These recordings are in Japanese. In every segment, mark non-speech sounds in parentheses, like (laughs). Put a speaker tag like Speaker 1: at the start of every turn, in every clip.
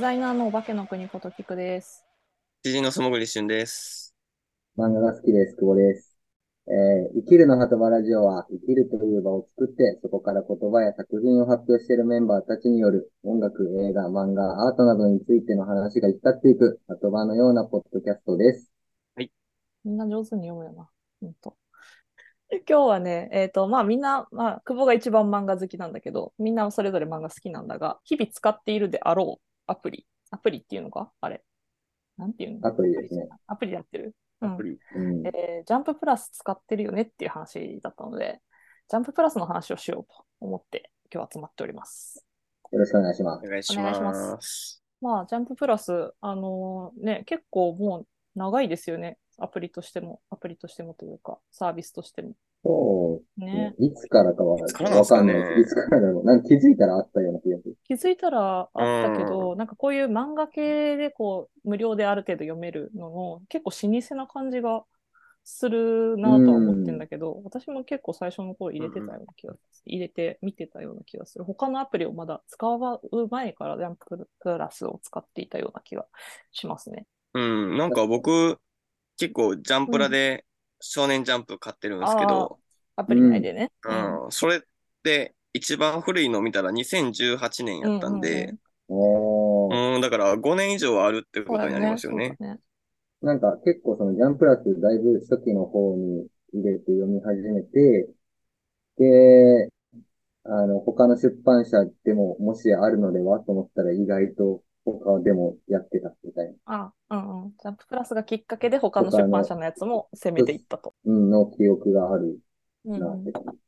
Speaker 1: ザイナーのお化けの国こと菊です。
Speaker 2: 知人の素潜りしゅんです。
Speaker 3: 漫画が好きです。久保です。えー生きるの鳩場ラジオは、生きるという場を作って、そこから言葉や作品を発表しているメンバーたちによる、音楽、映画、漫画、アートなどについての話が行き立っていく、鳩場のようなポッドキャストです。
Speaker 1: みんな上手に読むよな。ほんと。今日はね、えっ、と、まあみんな、まあ、久保が一番漫画好きなんだけど、みんなそれぞれ漫画好きなんだが、日々使っているであろうアプリ。アプリっていうのかあれ。なんていうの
Speaker 3: アプリですね。
Speaker 1: アプリでやってる。う
Speaker 2: ア
Speaker 1: ん
Speaker 2: プリ。
Speaker 3: うん。
Speaker 1: えージャンププラス使ってるよねっていう話だったので、ジャンププラスの話をしようと思って、今日集まっております。
Speaker 3: よろしくお願いしま
Speaker 2: お
Speaker 3: す。
Speaker 2: 願いし
Speaker 1: お願いし
Speaker 2: ま。
Speaker 1: ますまあ、ジャンププラス、あのーね、結構もう長いですよね。アプリとしても、アプリとしてもというか、サービスとしても。
Speaker 3: そ
Speaker 1: ね。
Speaker 3: う。いつからかはい
Speaker 2: つからなんで
Speaker 3: わ
Speaker 2: すか
Speaker 3: かん
Speaker 2: ね
Speaker 3: ないです。いつからだろう。なんか気づいたらあったような気がする。
Speaker 1: 気づいたらあったけど、なんかこういう漫画系でこう、無料である程度読めるのの、結構老舗な感じがするなとは思ってんだけど、私も結構最初の頃入れてたような気がする。入れて見てたような気がする。他のアプリをまだ使う前からジャンププラスを使っていたような気がしますね。
Speaker 2: うん、なんか僕、結構ジャンプラで少年ジャンプ買ってるんですけど、
Speaker 1: アプリ内でね。
Speaker 2: うん、それって一番古いの見たら2018年やった
Speaker 1: うんうん
Speaker 2: ん
Speaker 1: うん
Speaker 2: で、
Speaker 3: おー。
Speaker 2: うん、だから5年以上あるってことになりますよね。
Speaker 1: そうだね。
Speaker 3: なんか結構そのジャンプラスだいぶ初期の方に入れて読み始めて、で、あの、他の出版社でももしあるのではと思ったら意外と他でもやってたみたいな、
Speaker 1: あ、うんうん。ジャンププラスがきっかけで他の出版社のやつも攻めていったと。
Speaker 3: うん、の記憶がある
Speaker 1: うん
Speaker 3: な
Speaker 1: う
Speaker 3: っ
Speaker 1: ん
Speaker 3: て感じ。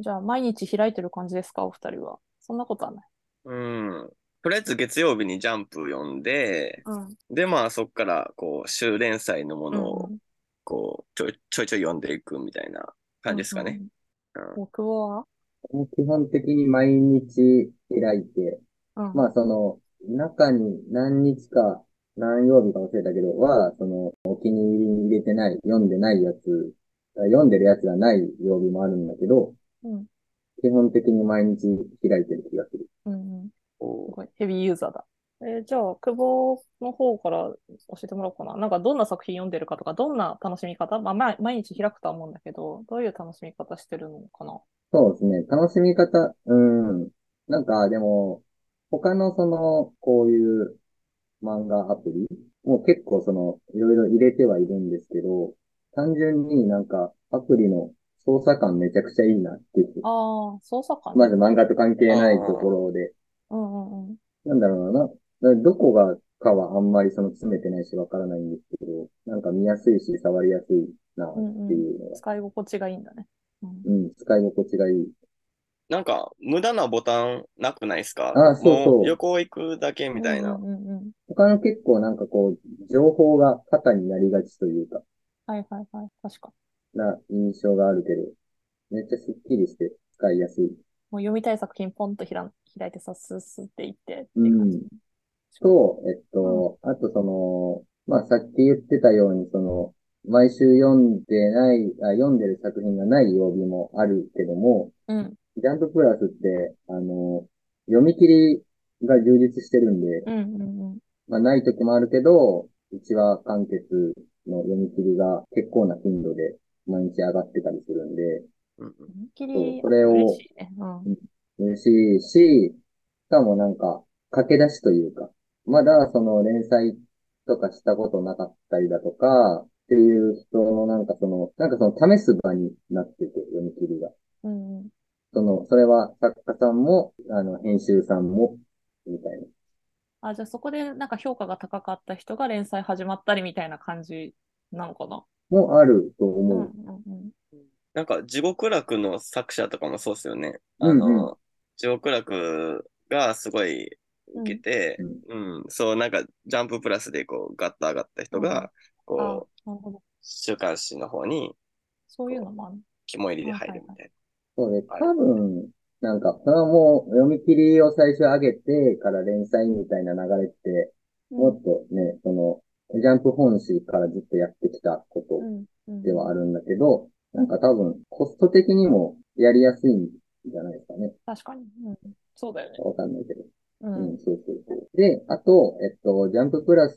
Speaker 1: じゃあ、毎日開いてる感じですか、お二人は。そんなことはない。
Speaker 2: うん。とりあえず月曜日にジャンプ読んで、
Speaker 1: うん。
Speaker 2: で、まあそっから、こう、週連載のもの
Speaker 1: う
Speaker 2: を、
Speaker 1: ん
Speaker 2: こう、ちょいちょいちょい読んでいくみたいな感じですかね。。
Speaker 1: うん
Speaker 2: うん
Speaker 1: うん僕は
Speaker 3: 基本的に毎日開いて、
Speaker 1: うん。
Speaker 3: まあその、中に何日か、何曜日か忘れたけど、は、その、お気に入りに入れてない、読んでないやつ、読んでるやつがない曜日もあるんだけど、
Speaker 1: うん。
Speaker 3: 基本的に毎日開いてる気がする。
Speaker 1: うんうん。す
Speaker 2: こ
Speaker 1: ごい。ヘビーユーザーだ。えーじゃあ、久保の方から教えてもらおうかな。なんか、どんな作品読んでるかとか、どんな楽しみ方まあ、ま毎日開くとは思うんだけど、どういう楽しみ方してるのかな
Speaker 3: そうですね。楽しみ方、うん。なんか、でも、他のその、こういう漫画アプリもう結構その、いろいろ入れてはいるんですけど、単純になんか、アプリの操作感めちゃくちゃいいなっていう。
Speaker 1: ああ、操作感ね
Speaker 3: まず漫画と関係ないところで、
Speaker 1: うんうんうん。
Speaker 3: なんだろうな。だからどこがかはあんまりその詰めてないしわからないんですけど、なんか見やすいし触りやすいなっ
Speaker 1: うんうん
Speaker 3: ていうのが、
Speaker 1: 使い心地がいいんだね。うん
Speaker 3: うん、使い心地がいい。
Speaker 2: うなんか、無駄なボタンなくないですか
Speaker 3: あそうそう
Speaker 2: もう横行くだけみたいな。
Speaker 1: うんうんうん。
Speaker 3: 他の結構なんかこう、情報が肩になりがちというか、
Speaker 1: はいはいはい。確かに。
Speaker 3: な印象があるけど、めっちゃスッキリして使いやすい。
Speaker 1: もう読みたい作品ポンとひら開いてさ、スースーっていってって
Speaker 3: う
Speaker 1: いう感じ。
Speaker 3: ん。と、えっと、あとその、まあ、さっき言ってたように、その、毎週読んでない、あ、読んでる作品がない曜日もあるけども、
Speaker 1: うん。
Speaker 3: ジャンププラスって、あの、読み切りが充実してるんで、
Speaker 1: うんうんうん。
Speaker 3: まあ、ない時もあるけど、1話完結の読み切りが結構な頻度で毎日上がってたりするんで、
Speaker 2: うん
Speaker 1: 読み切
Speaker 3: そ
Speaker 1: り、
Speaker 3: うこれを
Speaker 1: 嬉しいね。うん。
Speaker 3: 嬉しいし、しかもなんか、駆け出しというか、まだその連載とかしたことなかったりだとか、っていう人のなんかその、なんかその試す場になってて、読み切りが。
Speaker 1: うんうん。
Speaker 3: その、それは作家さんも、あの、編集さんも、みたいな。
Speaker 1: あ、じゃあそこでなんか評価が高かった人が連載始まったりみたいな感じなのかな。
Speaker 3: もあると
Speaker 1: うん
Speaker 3: 思う。
Speaker 1: うん
Speaker 2: なんか、地獄楽の作者とかもそうですよね。
Speaker 3: うん
Speaker 2: あ
Speaker 3: うん
Speaker 2: の、地獄楽がすごい受けて、うん、そう、なんか、ジャンププラスでこう、ガッと上がった人
Speaker 1: うん
Speaker 2: が、
Speaker 1: うん。あ、な
Speaker 2: こう、
Speaker 1: るほど。
Speaker 2: 週刊誌の方に
Speaker 1: そういうのもある。
Speaker 2: 肝入りで入るみたい
Speaker 3: そうで、
Speaker 2: はい
Speaker 3: 多分、なんか、それはもう読み切りを最初上げてから連載みたいな流れって、
Speaker 1: う
Speaker 3: も
Speaker 1: ん
Speaker 3: っとね、その、ジャンプ本誌からずっとやってきたこと
Speaker 1: うんうん。
Speaker 3: ではあるんだけど、なんか多分、コスト的にもやりやすいんじゃないですかね。
Speaker 1: 確かに。うん。そうだよね。
Speaker 3: わかんないけど。
Speaker 1: う
Speaker 3: うんん、。そうそうそう。で、あと、えっと、ジャンププラス、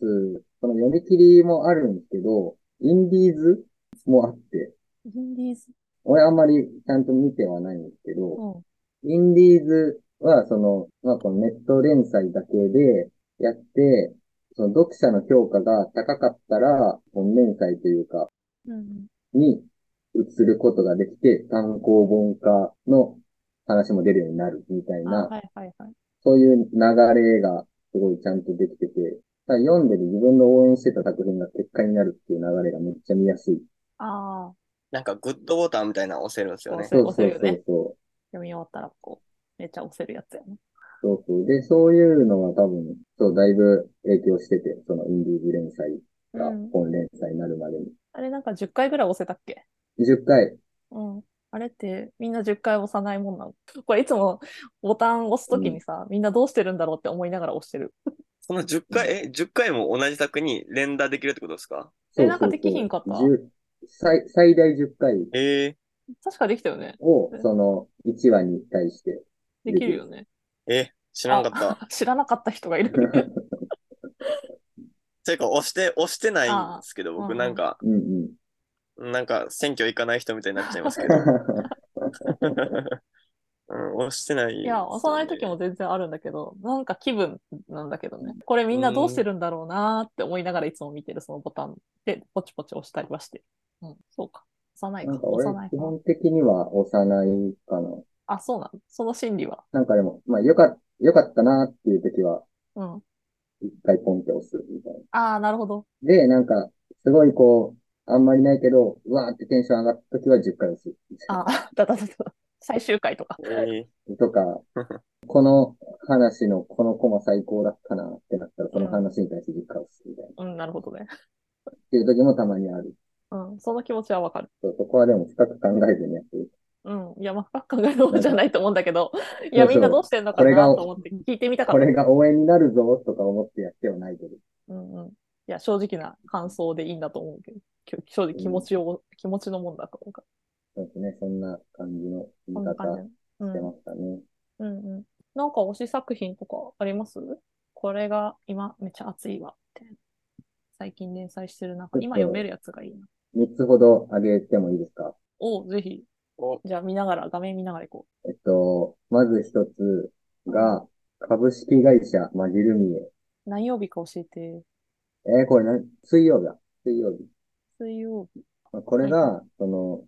Speaker 3: この読み切りもあるんですけど、インディーズもあって、
Speaker 1: インディーズ。
Speaker 3: 俺あんまりちゃんと見てはないんですけど、
Speaker 1: うん。
Speaker 3: インディーズは、その、まあ、このネット連載だけでやって、その読者の評価が高かったら、本連載というか、
Speaker 1: うん。
Speaker 3: に移ることができて、単行本化の話も出るようになるみたい
Speaker 1: あ、
Speaker 3: な、
Speaker 1: はいはいはい。
Speaker 3: そういう流れがすごいちゃんとできてて、ただ読んでる自分の応援してた作品が結果になるっていう流れがめっちゃ見やすい。
Speaker 1: ああ、
Speaker 2: なんかグッドボタンみたいなの押せるんですよね。
Speaker 1: そ
Speaker 3: そうう
Speaker 1: 押
Speaker 3: そ
Speaker 1: せ
Speaker 3: う
Speaker 1: るよね
Speaker 3: そうそう。
Speaker 1: 読み終わったら、こう、めっちゃ押せるやつやね。
Speaker 3: そうそう。で、そういうのは多分、そう、だいぶ影響してて、そのインディーズ連載が
Speaker 1: うん
Speaker 3: 本連載になるまでに。
Speaker 1: あれなんか10回ぐらい押せたっけ
Speaker 3: 10回。
Speaker 1: うん。あれってみんな10回押さないもんなのこれいつもボタン押すときにさ、みんなどうしてるんだろうって思いながら押してる。
Speaker 2: その10回、え、10回も同じ作に連打できるってことですか
Speaker 1: え
Speaker 3: そうそうそう
Speaker 1: なんかできひんかった
Speaker 3: 10最、最大10回
Speaker 2: え
Speaker 1: 確かできたよね。
Speaker 3: を
Speaker 1: え、
Speaker 3: その1話に対して。
Speaker 1: できるよね。
Speaker 2: ー、え、知らんかった。
Speaker 1: 知らなかった人がいる。
Speaker 2: ていうか、押して、押してないんですけど、
Speaker 1: あーうんう
Speaker 2: 僕
Speaker 1: ん
Speaker 2: なんか、
Speaker 3: うんうん。
Speaker 2: なんか選挙行かない人みたいになっちゃ
Speaker 1: (laughs)
Speaker 2: いますけど。
Speaker 3: う
Speaker 2: (laughs) うん、押してない、
Speaker 1: いや、押さないときも。全然あるんだけど、なんか気分なんだけどね。これみんなどうしてるんだろうなーって思いながらいつも見てるそのボタンでポチポチ押したりはしてる。うん、そうか。押さないか。
Speaker 3: なんか
Speaker 1: 押さな
Speaker 3: 俺、
Speaker 1: い
Speaker 3: 基
Speaker 1: か。
Speaker 3: 本的には押さないかな。
Speaker 1: あ、そうなの。その心理は。
Speaker 3: なんかでも、まあ、よかっ、よかったなっていう時は、
Speaker 1: うん。
Speaker 3: 1回ポンって押すみたいな。
Speaker 1: ああ、なるほど。
Speaker 3: で、なんか、すごいこう、あんまりないけど、うわーってテンション上がった時は10回押す。
Speaker 1: ああ、だだだだ。最終回とか。
Speaker 2: えー
Speaker 3: とか、この話のこのコマ最高だったなってなったら、その話に対して実家をするみたいな。っ
Speaker 1: うん、なるほどね。
Speaker 3: ていう時もたまにある。
Speaker 1: うん、その気持ちはわかる。
Speaker 3: そうそこはでも深く考えずにやってる。
Speaker 1: うん、いや、まあ、深く考える方じゃないと思うんだけど、いや、みんなどうしてんのか
Speaker 3: これが
Speaker 1: なと思って聞いてみたか
Speaker 3: こ
Speaker 1: った。
Speaker 3: れが応援になるぞとか思ってやってはないけど。
Speaker 1: うんうん。いや、正直な感想でいいんだと思うけど、きょ正直気持ちを、気持ちのもんだと思うか
Speaker 3: そうですね。そんな感じの
Speaker 1: ら。こ
Speaker 3: 言
Speaker 1: んな感じ
Speaker 3: い方し。
Speaker 1: うん
Speaker 3: てましたね。
Speaker 1: うんうん。なんか推し作品とかありますこれが今めっちゃ熱いわ。みたいな最近連載してる中、今読めるやつがいいな。
Speaker 3: 三3つほど挙げてもいいですか
Speaker 1: おぜひ。
Speaker 2: お
Speaker 1: じゃあ見ながら、画面見ながら行こ
Speaker 3: えっと、まず一つが、株式会社マジルミエ。
Speaker 1: う。何曜日か教えて。
Speaker 3: えーこれ何水曜日だ。水曜日。
Speaker 1: 水曜日。
Speaker 3: まあこれが、その、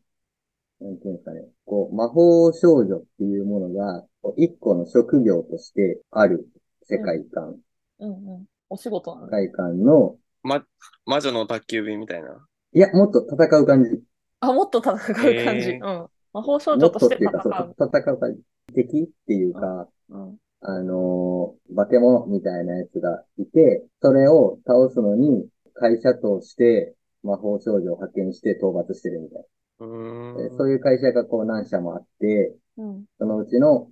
Speaker 3: なんていうんですかね、こう、魔法少女っていうものが、こう一個の職業としてある世界観、
Speaker 1: うんうん。お仕事なん
Speaker 3: 世
Speaker 1: だ。
Speaker 3: 界観の、
Speaker 2: ま、魔女の宅急便みたいな。
Speaker 3: いや、もっと戦う感じ。
Speaker 1: あ、もっと戦う感じ。
Speaker 2: へー
Speaker 1: うん。魔法少
Speaker 3: も
Speaker 1: 女
Speaker 3: っ
Speaker 1: と
Speaker 3: と
Speaker 1: し
Speaker 3: ってていう
Speaker 1: 戦
Speaker 3: か、そう
Speaker 1: う。、
Speaker 3: 戦う感じ。敵っていうか、
Speaker 1: うん。
Speaker 3: あのー化け物みたいなやつがいて、それを倒すのに、会社として魔法少女を派遣して討伐してるみたいうな。で
Speaker 2: ーん。
Speaker 3: そういう会社がこう何社もあって、
Speaker 1: うん。
Speaker 3: そのうちの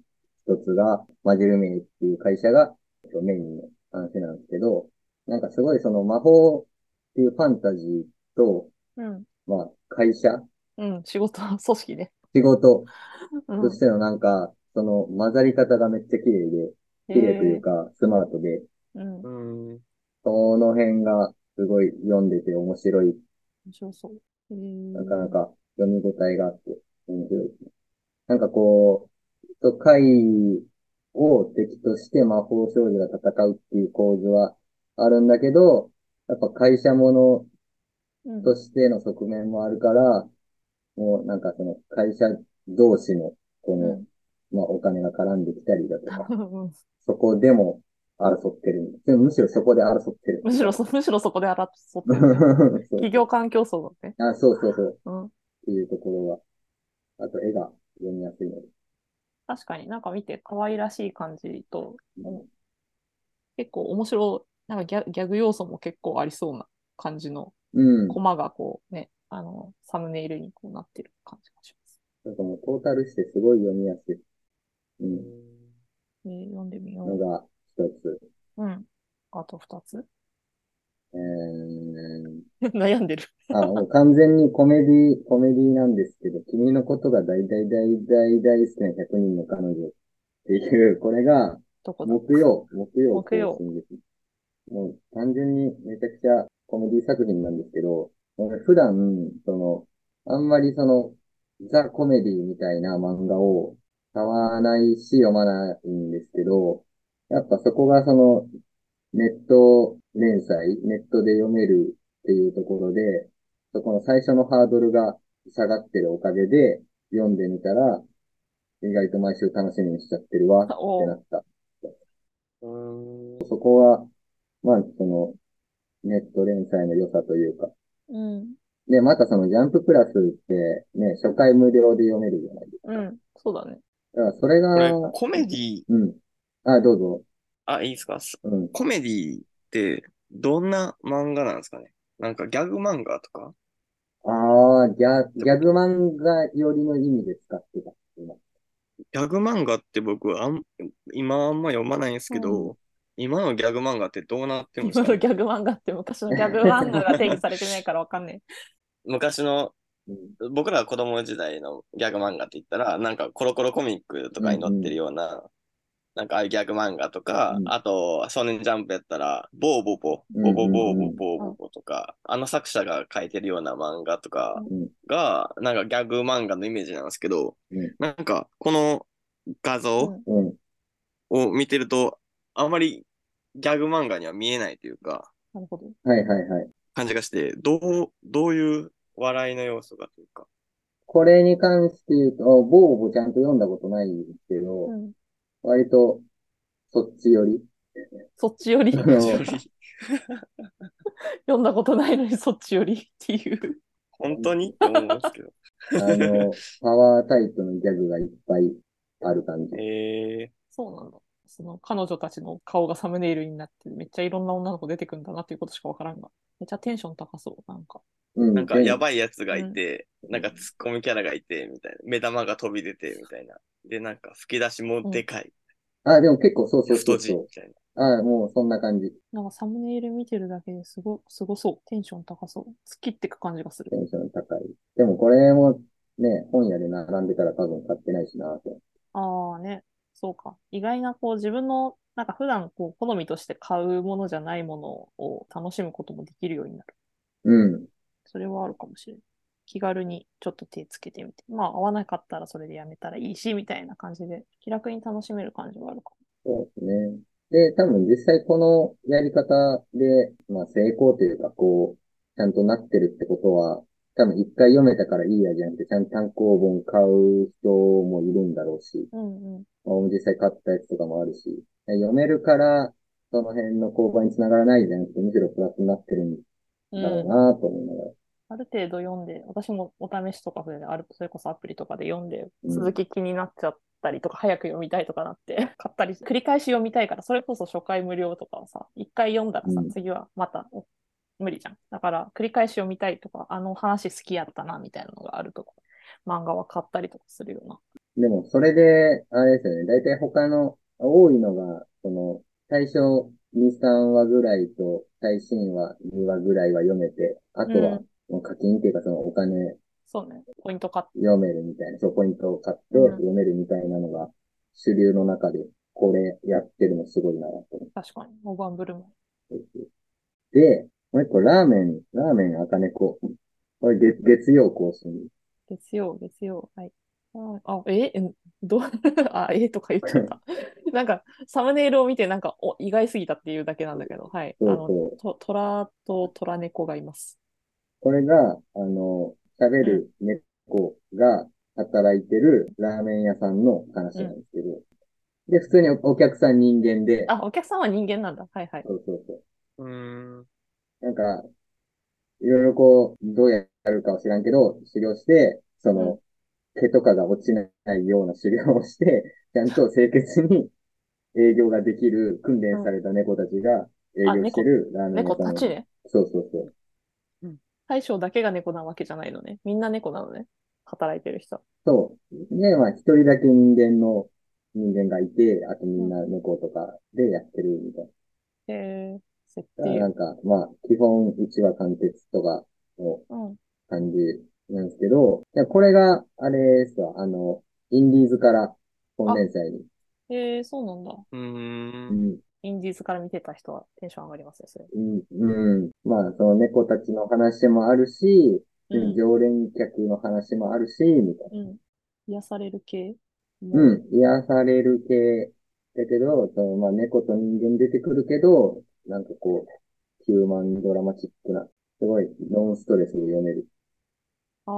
Speaker 3: 一つが、マジルミネっていう会社がえっとメインの話なんですけど、なんかすごいその魔法っていうファンタジーと、
Speaker 1: うん。
Speaker 3: まあ会社、
Speaker 1: うん。仕事、組織ね。
Speaker 3: 仕事
Speaker 1: うん
Speaker 3: としてのなんか、その混ざり方がめっちゃ綺麗で、綺麗というかスマートで、
Speaker 1: へーうん。面
Speaker 2: うーん。
Speaker 3: その辺がすごい読んでて面白い。
Speaker 1: 白そう。へ
Speaker 3: なか
Speaker 1: ー
Speaker 3: なか読み応えがあって面白いですね。なんかこう、と怪を敵として魔法少女が戦うっていう構図はあるんだけど、やっぱ会社もの
Speaker 1: うん
Speaker 3: としての側面もあるから、もうなんかその会社同士のこの、まあお金が絡んできたりだとか、
Speaker 1: うん
Speaker 3: そこでも争ってる。でもむしろそこで争って
Speaker 1: (laughs)
Speaker 3: る。
Speaker 1: むしろそ、むしろそこで争ってるね。
Speaker 3: 企
Speaker 1: 企業間競争だね。
Speaker 3: あ、そうそうそう。
Speaker 1: うん。
Speaker 3: っていうところは、あと絵が読みやすいので。
Speaker 1: 確かになんか見て可愛らしい感じと、
Speaker 3: うん
Speaker 1: 結構面白い、なんかギャギャグ要素も結構ありそうな感じの、
Speaker 3: うん。
Speaker 1: コマがこうね、あの、サムネイルにこうなってる感じがします。
Speaker 3: なんかもうトータルしてすごい読みやすい。うん。
Speaker 1: えー読んでみよ
Speaker 3: の
Speaker 1: う。
Speaker 3: が一つ。
Speaker 1: うん。あと二つ
Speaker 3: えー、
Speaker 1: (laughs) 悩んでる。
Speaker 3: あ、もう完全にコメディ、コメディなんですけど、君のことが大大大大大好きな100人の彼女っていう、これが、
Speaker 1: どこだ (laughs)
Speaker 3: 木曜、木曜、
Speaker 1: 木曜
Speaker 3: 更新です。もう単純にめちゃくちゃコメディ作品なんですけど、俺普段、その、あんまりその、ザ・コメディみたいな漫画を買わないし読まないんですけど、やっぱそこがその、ネット連載、ネットで読めるっていうところで、そこの最初のハードルが下がってるおかげで、読んでみたら、意外と毎週楽しみにしちゃってるわってなった。
Speaker 2: うん。
Speaker 3: そこは、まあ、その、ネット連載の良さというか。
Speaker 1: うん。
Speaker 3: で、またそのジャンププラスってね、初回無料で読めるじゃないですか。
Speaker 1: うん。そうだね。
Speaker 3: だからそれ
Speaker 2: これ
Speaker 3: が、、
Speaker 2: コメディ、
Speaker 3: うん。あ、どうぞ。
Speaker 2: あ、いいですか
Speaker 3: うん。
Speaker 2: コメディってどんな漫画なんですかねなんかギャグ漫画とか
Speaker 3: ああ、ギャ、ギャグ漫画よりの意味で使ってた。今
Speaker 2: ギャグ漫画って僕あん、今あんま読まないんですけど、
Speaker 1: う
Speaker 2: 今のギャグ漫画ってどうなってるんです
Speaker 1: 今
Speaker 2: か
Speaker 1: の
Speaker 2: ね
Speaker 1: ギャグ漫画って昔のギャグ漫画が定義されてないからわかんね
Speaker 2: 昔の
Speaker 3: うん
Speaker 2: 僕ら子供時代のギャグ漫画って言ったら、なんかコロコロコミックとかに載ってるような、なんかああいうギャグ漫画とか、
Speaker 3: うん
Speaker 2: あと少年ジャンプやったら、ボーボボ、
Speaker 3: うん
Speaker 2: ボボボーボボーボボとか、あの作者が書いてるような漫画とか
Speaker 3: うん
Speaker 2: が、なんかギャグ漫画のイメージなんですけど、
Speaker 3: うん
Speaker 2: なんかこの画
Speaker 1: え。
Speaker 2: 像
Speaker 3: うん。
Speaker 2: を見てると、あんまりギャグ漫画には見えないというか、
Speaker 1: (laughs) なるほど。
Speaker 3: はいはいはい。
Speaker 2: 感じがして、どう、どういう笑いの要素がというか。
Speaker 3: これに関して言うと、あボーボちゃんと読んだことないんですけど、
Speaker 1: うん。
Speaker 3: 割と、そっち寄り。
Speaker 1: (laughs) そっちより、
Speaker 3: あの
Speaker 1: 読んだことないのにそっちよりっていう。
Speaker 2: (laughs) 本当にって思うんですけど。(laughs)
Speaker 3: あの、パワータイプのギャグがいっぱいある感じ。
Speaker 2: え
Speaker 1: そうなんだ。その彼女たちの顔がサムネイルになって、めっちゃいろんな女の子出てくんだなっていうことしかわからんが。めっちゃテンション高そう、なんか。
Speaker 3: う
Speaker 2: ー、
Speaker 3: ん。
Speaker 2: なんかや
Speaker 3: い。
Speaker 2: ばいやつがいて、
Speaker 3: うん
Speaker 2: なんかツッコミキャラがいて、みたいな。目玉が飛び出て、みたいな。で、なんか吹き出しもでかい。
Speaker 3: あ、でも結構そうそうそ
Speaker 2: 太
Speaker 3: う
Speaker 2: 字
Speaker 3: そ
Speaker 2: み
Speaker 3: う。
Speaker 2: たいな。
Speaker 3: あ、もうそんな感じ。
Speaker 1: なんかサムネイル見てるだけですご、すごそう。テンション高そう。好きってく感じがする
Speaker 3: テ。ンション高い。でもこれもね、本屋で並んでたら多分買ってないしなと。
Speaker 1: ああね、そうか。意外なこう自分のなんか普段こう好みとして買うものじゃないものを楽しむこともできるようになる。
Speaker 3: うん。
Speaker 1: それはあるかもしれない。気軽にちょっと手つけてみて。まあ合わなかったらそれでやめたらいいし、みたいな感じで気楽に楽しめる感じはあるかも。
Speaker 3: そうですね。で、多分実際このやり方で、まあ成功というか、こう、ちゃんとなってるってことは、多分一回読めたからいいやじゃなくて、ちゃんと単行本買う人もいるんだろうし、
Speaker 1: うんうん。
Speaker 3: まあ、実際買ったやつとかもあるし、読めるから、その辺の購買につながらないじゃなくて、むしろプラスになってるんだろうなと思いながら。
Speaker 1: ある程度読んで、私もお試しとかで、あるそれこそアプリとかで読んで、
Speaker 3: うん
Speaker 1: 続き気になっちゃったりとか、早く読みたいとかなって、 (laughs) 買ったり、繰り返し読みたいから、それこそ初回無料とかはさ、一回読んだらさ
Speaker 3: う、ん
Speaker 1: 次はまたお無理じゃん。だから、繰り返し読みたいとか、あの話好きやったな、みたいなのがあると、漫画は買ったりとかするような。
Speaker 3: でも、それで、あれですよね。だいたい他の、多いのが、その、最初2、3話ぐらいと、最新話2話ぐらいは読めて、あと
Speaker 1: う
Speaker 3: は
Speaker 1: ん、
Speaker 3: もう課金っていうか、そのお金
Speaker 1: そうね、ポイント買って。
Speaker 3: 読めるみたいな、そう、ポイントを買って
Speaker 1: うん
Speaker 3: 読めるみたいなのが、主流の中で、これやってるのすごいなと思っ
Speaker 1: 確かに、大盤振る舞い。
Speaker 3: て。で、もう一個、ラーメン、ラーメン赤猫。これ月、月曜更新。
Speaker 1: 月曜、月曜、はい。あ、あえ、 (laughs) えどう、あ、えとか言っちゃ (laughs) った。なんか、サムネイルを見て、なんか、お、意外すぎたっていうだけなんだけど、はい。あ
Speaker 3: そう
Speaker 1: の、
Speaker 3: そう。
Speaker 1: と、虎と虎猫がいます。
Speaker 3: これが、あの、喋る猫が働いてるラーメン屋さんの話なんですけど、で、普通にお客さん人間で、
Speaker 1: あ、お客さんは人間なんだ。はいはい。
Speaker 3: そうそうそう
Speaker 2: ーん。
Speaker 3: う。なんか、いろいろこう、どうやるかは知らんけど、修行して、その、毛とかが落ちないような修行
Speaker 1: (laughs)
Speaker 3: をして、ちゃんと清潔に営業ができる訓練された猫たちが営業してるラーメン
Speaker 1: 猫
Speaker 3: 屋
Speaker 1: た
Speaker 3: さん。
Speaker 1: ちね。
Speaker 3: そうそうそう。
Speaker 1: 大将だけが猫なわけじゃないのね。みんな猫なのね。働いてる人。
Speaker 3: そう。で、まあ、一人だけ人間の人間がいて、あとみんな猫とかでやってるみたい
Speaker 1: へえ、設
Speaker 3: な。
Speaker 1: 定
Speaker 3: な。んか、まあ、基本1話完結とかの
Speaker 1: うん。
Speaker 3: 感じなんですけど、いやこれが、あれですわ、あの、インディーズから本連載に
Speaker 1: えー、そうなんだ。
Speaker 2: うー。
Speaker 3: うんん。
Speaker 1: インディーズから見てた人はテンション上がりますね、それ。
Speaker 3: うん。うん。まあ、その猫たちの話もあるし、
Speaker 1: うん。
Speaker 3: 常連客の話もあるし、みたい
Speaker 1: うん、癒される系
Speaker 3: な。うん。癒される系だけど、そのまあ、猫と人間出てくるけど、なんかこう、ヒューマンドラマチックな、すごいノンストレスで読める。
Speaker 1: あ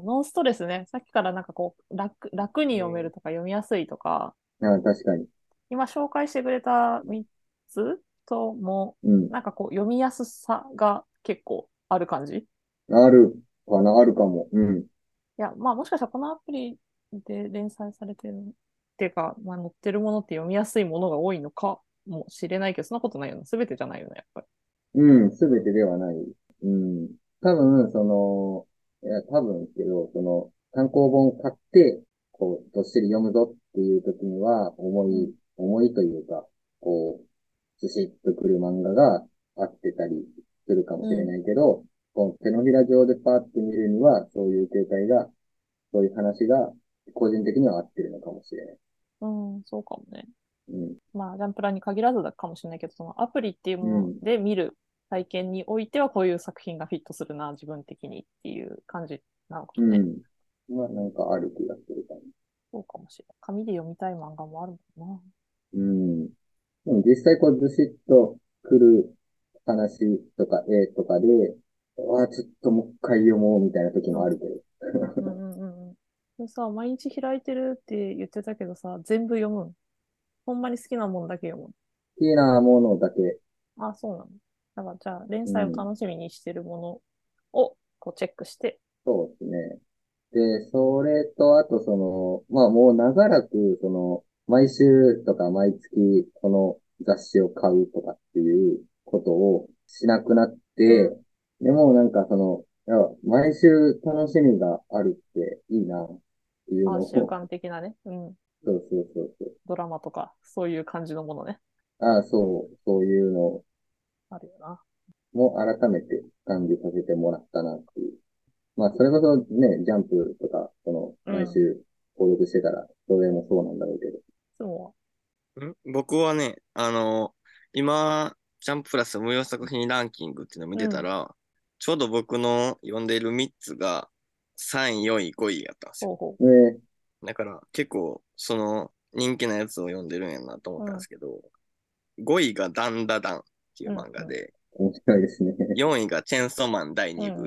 Speaker 1: あ、ノンストレスね。さっきからなんかこう、楽、楽に読めるとか読みやすいとか、
Speaker 3: ああ、確かに。
Speaker 1: 今紹介してくれた3つとも、
Speaker 3: うん。
Speaker 1: なんかこう、読みやすさが結構ある感じ。い
Speaker 3: あるかな、あるかも。うん。
Speaker 1: や、まあもしかしたらこのアプリで連載されてる、っていうか、まあ載ってるものって読みやすいものが多いのかもしれないけど、そんなことないよね。すべてじゃないよね、やっぱり。
Speaker 3: うん、すべてではない。うん。多分、その、いや、多分ですけど、その、単行本買って、こう、どっしり読むぞっていう時には、重い、重いというか、こう、ずしっとくる漫画が合ってたりするかもしれないけど、この手のひら上でパーって見るには、そういう形態が、そういう話が、個人的には合ってるのかもしれない。
Speaker 1: うん、そうかもね。
Speaker 3: うん。
Speaker 1: まあ、ジャンプラに限らずだかもしれないけど、そのアプリっていうも
Speaker 3: う
Speaker 1: ので見る体験においては、こういう作品がフィットするな、自分的にっていう感じなのか
Speaker 3: う
Speaker 1: ね。
Speaker 3: ん。まあ、なんかある気がするかな。
Speaker 1: そうかもしれない。紙で読みたい漫画もあるもんな。
Speaker 3: うん。でも実際こうずしっと来る話とか絵とかで、わあ、ちょっともう一回読もうみたいな時もあるけど。
Speaker 1: うんうんうんうん。でもさ、毎日開いてるって言ってたけどさ、全部読むんほんまに好きなもんだけ読む
Speaker 3: 好きなものだけ。
Speaker 1: あ、そうなの。だから、じゃあ、連載を楽しみにしてるものを、こう、チェックして。
Speaker 3: そうですね。で、それと、あとその、まあもう長らく、その、毎週とか毎月、この雑誌を買うとかっていうことをしなくなって、でもなんかその、いや毎週楽しみがあるっていいなっていう
Speaker 1: あ
Speaker 3: のを、
Speaker 1: 習慣的なね。うん。
Speaker 3: そうそうそうそう。
Speaker 1: ドラマとか、そういう感じのものね。
Speaker 3: ああ、そう、そういうの
Speaker 1: あるよな。
Speaker 3: も改めて感じさせてもらったなっていう。まあ、それこそね、ジャンプとか、その、
Speaker 1: うん
Speaker 3: 毎週登録してたら、それもそうなんだろうけど。
Speaker 1: いつもは
Speaker 2: ん僕はね、あの、今、ジャンププラス無料作品ランキングっていうのを見てたら、ちょうど僕の読んでいる3つが3位、4位、5位やったんですよ。
Speaker 1: ほうほう。
Speaker 3: ええ、
Speaker 2: だから結構、その人気なやつを読んでるんやなと思ったんですけど、5位がダンダダンっていう漫画で、
Speaker 3: 面白いですね。
Speaker 2: 4位がチェンソーマン第2部、
Speaker 1: うん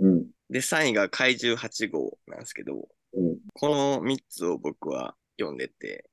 Speaker 3: うん、うん、
Speaker 2: で、3位が怪獣8号なんですけど、
Speaker 3: うん、
Speaker 2: この3つを僕は読んでて、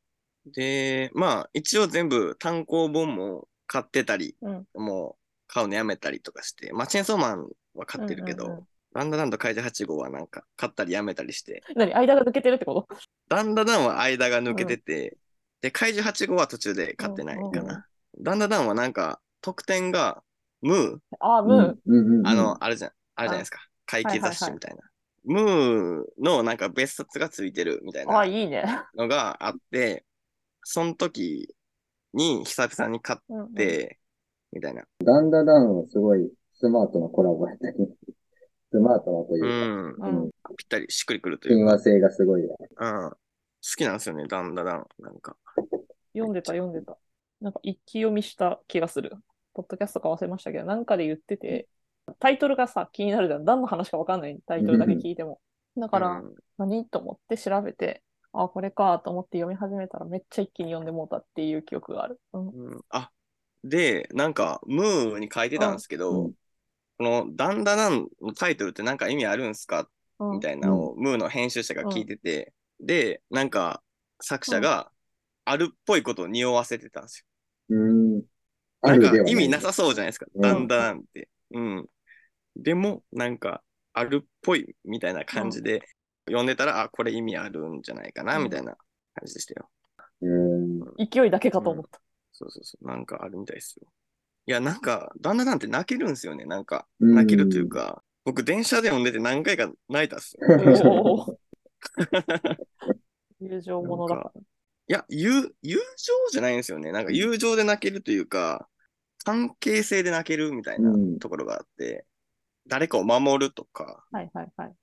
Speaker 2: で、まあ一応全部単行本も買ってたり、
Speaker 1: うん
Speaker 2: もう買うのやめたりとかして、まあチェーンソーマンは買ってるけど、
Speaker 1: うんうんうん
Speaker 2: ダンダダンと怪獣8号はなんか買ったりやめたりして、
Speaker 1: 何間が抜けてるってこと
Speaker 2: ダンダダンは間が抜けてて、で、怪獣8号は途中で買ってないか
Speaker 1: うんうんう
Speaker 2: な。ダンダダンはなんか特典がムー、
Speaker 1: ああ、ム
Speaker 3: うん
Speaker 1: ー。、
Speaker 3: うん、うん。
Speaker 2: あの、あれじゃん、あれじゃないですか。会計雑誌みたいな。ムーのなんか別冊がついてるみたい
Speaker 1: ああ、
Speaker 2: ない
Speaker 1: いね。
Speaker 2: のがあって、その時に久々に買っ
Speaker 1: うんうん、
Speaker 2: て、みたいな。
Speaker 3: ダンダダンはすごいスマートなコラボやったり、 (laughs) スマートなといううか、
Speaker 2: ん。
Speaker 1: うん
Speaker 2: ぴったりしっくりくるという
Speaker 3: 親
Speaker 2: か。
Speaker 3: 和性がすごいわ。
Speaker 2: うん。好きなんですよね、だんだんだん。なんか。
Speaker 1: 読んでた、読んでた。なんか一気読みした気がする。ポッドキャストか忘れましたけど、なんかで言ってて、タイトルがさ、気になるじゃん。何の話かわかんない、タイトルだけ聞いても。だから、
Speaker 2: うん
Speaker 1: 何と思って調べて、ああ、これかと思って読み始めたら、めっちゃ一気に読んでもうたっていう記憶がある。うん。
Speaker 2: うんあ、で、なんか、ムーに書いてたんですけ
Speaker 3: うんう
Speaker 2: ど
Speaker 3: ん、
Speaker 2: このダンダダンのタイトルってなんか意味あるんすか
Speaker 1: うん
Speaker 2: みたいなのをムーの編集者が聞いてて、で、なんか作者があるっぽいことを匂わせてたんですよ。
Speaker 3: うん。あ
Speaker 2: なん
Speaker 3: る
Speaker 2: か
Speaker 3: では
Speaker 2: 意味な
Speaker 3: な。
Speaker 2: いさそうじゃないですか。
Speaker 3: うん
Speaker 2: だんだんって。うん。でも、なんか、あるっぽいみたいな感じで、読んでたら、あ、これ意味あるんじゃないかな、
Speaker 1: うん
Speaker 2: みたいな感じでしたよ。
Speaker 3: うん。
Speaker 1: 勢いだけかと思った。
Speaker 2: そうそうそう。なんかあるみたいですよ。いや、なんか、旦那なんて泣けるんですよね。なんか、
Speaker 3: うん
Speaker 2: 泣けるというか、僕、電車で読んでて何回か泣いたっすよ。
Speaker 1: お
Speaker 2: (laughs)
Speaker 1: お友情ものだから。
Speaker 2: いや、友、友情じゃないんですよね。なんか友情で泣けるというか、関係性で泣けるみたいな
Speaker 3: うん
Speaker 2: ところがあって、誰かを守るとか、
Speaker 1: はいはいはい。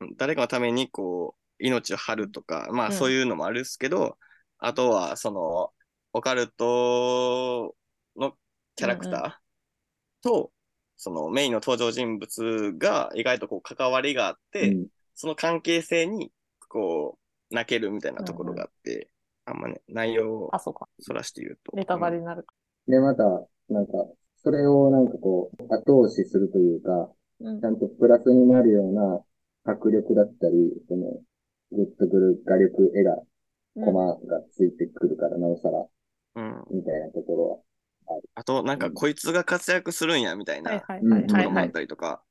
Speaker 2: うん誰かのためにこう、命を張るとか、ま
Speaker 1: う
Speaker 2: あ
Speaker 1: ん
Speaker 2: そういうのもあるんですけど、あとは、その、オカルトのキャラクターと、そのメインの登場人物が意外とこう関わりがあって、
Speaker 3: うん
Speaker 2: その関係性に、こう、泣けるみたいなところがあって、あんまね、内容を
Speaker 1: あ、そうか。
Speaker 2: そらして言うと。
Speaker 1: ネタバレ
Speaker 2: うん
Speaker 1: になるか。
Speaker 3: で、また、なんか、それをなんかこう、後押しするというか、
Speaker 1: うん
Speaker 3: ちゃんとプラスになるような迫力だったり、その、グッとくる画力、絵が、コマがついてくるから、なおさら、
Speaker 2: うん。
Speaker 3: みたいなとこ
Speaker 2: あと、なんか、こいつが活躍するんや、みたいな。
Speaker 1: はいはい
Speaker 3: うん
Speaker 1: はい
Speaker 2: とこ
Speaker 1: は
Speaker 2: ろ
Speaker 1: い
Speaker 2: も
Speaker 1: は
Speaker 2: あっ
Speaker 1: い。
Speaker 2: たりとか、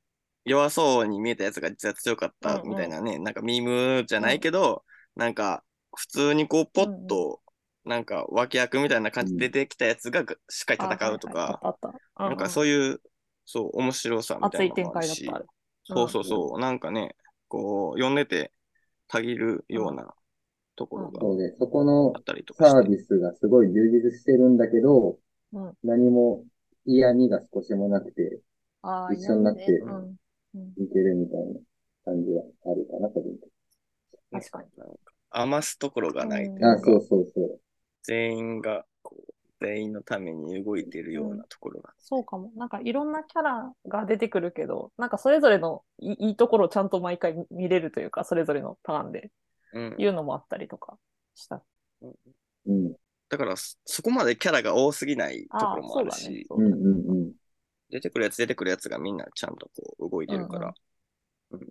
Speaker 2: 弱そうに見えたやつが実は強かったみたいなね、なんかミームじゃないけど、なんか普通にこうポッと、なんか脇役みたいな感じで出てきたやつがぐしっかり戦うと
Speaker 1: あはいはい
Speaker 2: か、
Speaker 1: あったあった。
Speaker 2: なんかそういう、そう、面白さみた
Speaker 1: 熱
Speaker 2: い
Speaker 1: い
Speaker 2: なの
Speaker 1: 展
Speaker 2: もあ
Speaker 1: 開
Speaker 2: る
Speaker 1: だっ
Speaker 2: し、
Speaker 1: たあれ。
Speaker 2: そうそうそう、なんかね、こう、読んでて、たぎるようなところ
Speaker 3: ろは。
Speaker 2: が
Speaker 3: そうで、そこの
Speaker 2: あったりとか
Speaker 3: サ
Speaker 2: し
Speaker 3: ー
Speaker 2: て。
Speaker 3: ビスがすごい充実してるんだけど、
Speaker 1: うん
Speaker 3: 何も嫌味が少しもなくて、
Speaker 1: ああ、
Speaker 3: 一緒になって
Speaker 1: いいねうん
Speaker 3: いけるみたいな感じはあるかな、個人的
Speaker 1: 確かに。
Speaker 2: 余すところがないとい
Speaker 1: うん
Speaker 2: う
Speaker 3: に。
Speaker 2: か
Speaker 3: あ、、そうそうそう。
Speaker 2: 全員がこう、全員のために動いてるようなところが
Speaker 1: そうかも。なんかいろんなキャラが出てくるけど、なんかそれぞれのいいいいところをちゃんと毎回見れるというか、それぞれのターンで
Speaker 2: うん
Speaker 1: いうのもあったりとかした。
Speaker 3: うん、
Speaker 2: だからそ、そこまでキャラが多すぎないところもある
Speaker 1: ああそうだね
Speaker 2: し、
Speaker 1: そう
Speaker 3: うん、うん、うん。
Speaker 2: 出てくるやつ出てくるやつがみんなちゃんとこう動いてるか
Speaker 1: うん
Speaker 2: ら。うん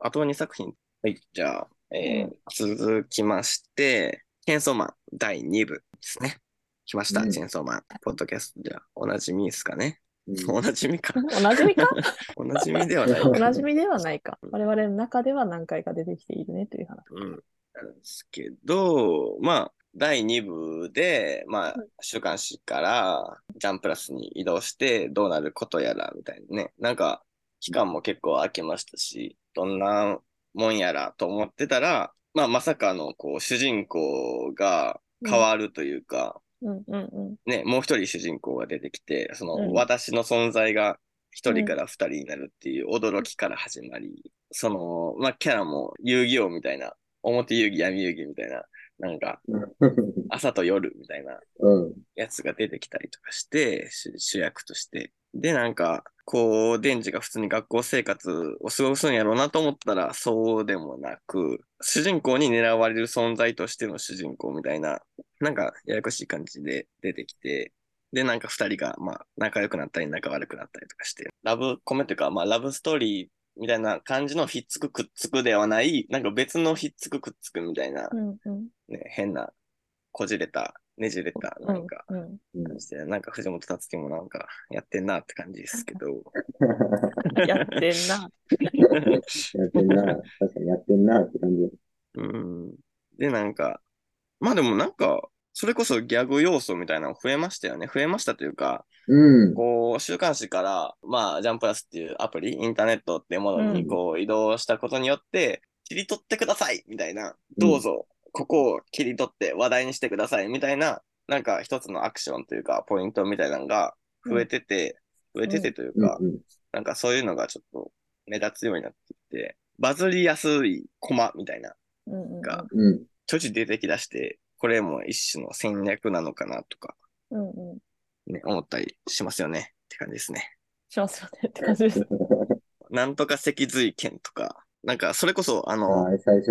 Speaker 2: あと2作品。はい、じゃあ、えー
Speaker 1: う
Speaker 2: 続きまして、チェーンソーマン第2部ですね。来ました、
Speaker 3: うん
Speaker 2: チェーンソーマン。ポッドキャストではおなじみですかね。
Speaker 3: うん
Speaker 2: (laughs) おなじみか。
Speaker 1: おなじみ
Speaker 3: (laughs)
Speaker 1: か
Speaker 2: おなじみではない
Speaker 1: おなじみではないか。我々の中では何回か出てきているねという話。
Speaker 2: うん、なんですけど、まあ、第2部で、まあ
Speaker 1: うん、
Speaker 2: 週刊誌からジャンプラスに移動して、どうなることやら、みたいなね。なんか、期間も結構空けましたし、どんなもんやらと思ってたら、まあ、まさかの、こう、主人公が変わるというか、
Speaker 1: うんうんうん。
Speaker 2: ね、もう一人主人公が出てきて、その、
Speaker 1: うん
Speaker 2: 私の存在が一人から二人になるっていう驚きから始まり、その、まあ、キャラも遊戯王みたいな、表遊戯、闇遊戯みたいな、なんか、朝と夜みたいな
Speaker 3: (laughs) うん。
Speaker 2: やつが出てきたりとかして、主主役として。で、なんか、こう、デンジが普通に学校生活を過ごすんやろうなと思ったら、そうでもなく、主人公に狙われる存在としての主人公みたいな、なんか、ややこしい感じで出てきて、で、なんか二人が、まあ、仲良くなったり、仲悪くなったりとかして、ラブコメというか、まあ、ラブストーリーみたいな感じのひっつくくっつくではない、なんか別のひっつくくっつくみたいな
Speaker 1: う、んうん。
Speaker 2: ね、変な、こじれた、ねじれた、なんか、
Speaker 1: うんうん
Speaker 2: 感じで、なんか藤本達樹もなんかやってんなって感じですけど、
Speaker 1: やってんな。
Speaker 3: やってんな。確かにやってんなって感じ。
Speaker 2: うん。で、なんか、まあでもなんか、それこそギャグ要素みたいなの増えましたよね。増えましたというか、
Speaker 3: うん。
Speaker 2: こう、週刊誌から、まあ、ジャンプラスっていうアプリ、インターネットっていうもの
Speaker 1: う
Speaker 2: に
Speaker 3: ん
Speaker 2: こう移動したことによって、切り取ってくださいみたいな、どうぞ、ここを切り取って話題にしてくださいみたいな、なんか一つのアクションというか、ポイントみたいなのが増えてて、増えててという
Speaker 3: う
Speaker 2: か、
Speaker 3: んうん
Speaker 2: なんかそういうのがちょっと目立つようになってきて、バズりやすいコマみたいな、
Speaker 1: うんうん
Speaker 2: が
Speaker 3: うん。
Speaker 2: ちょちょ出てきだして、これも一種の戦略なのかなとか、
Speaker 1: うんうん。
Speaker 2: ね、思ったりしますよねって感じですね。
Speaker 1: しますよねって感じです。
Speaker 2: なんとか脊髄剣とか、なんかそれこそあの、
Speaker 3: はい、最初、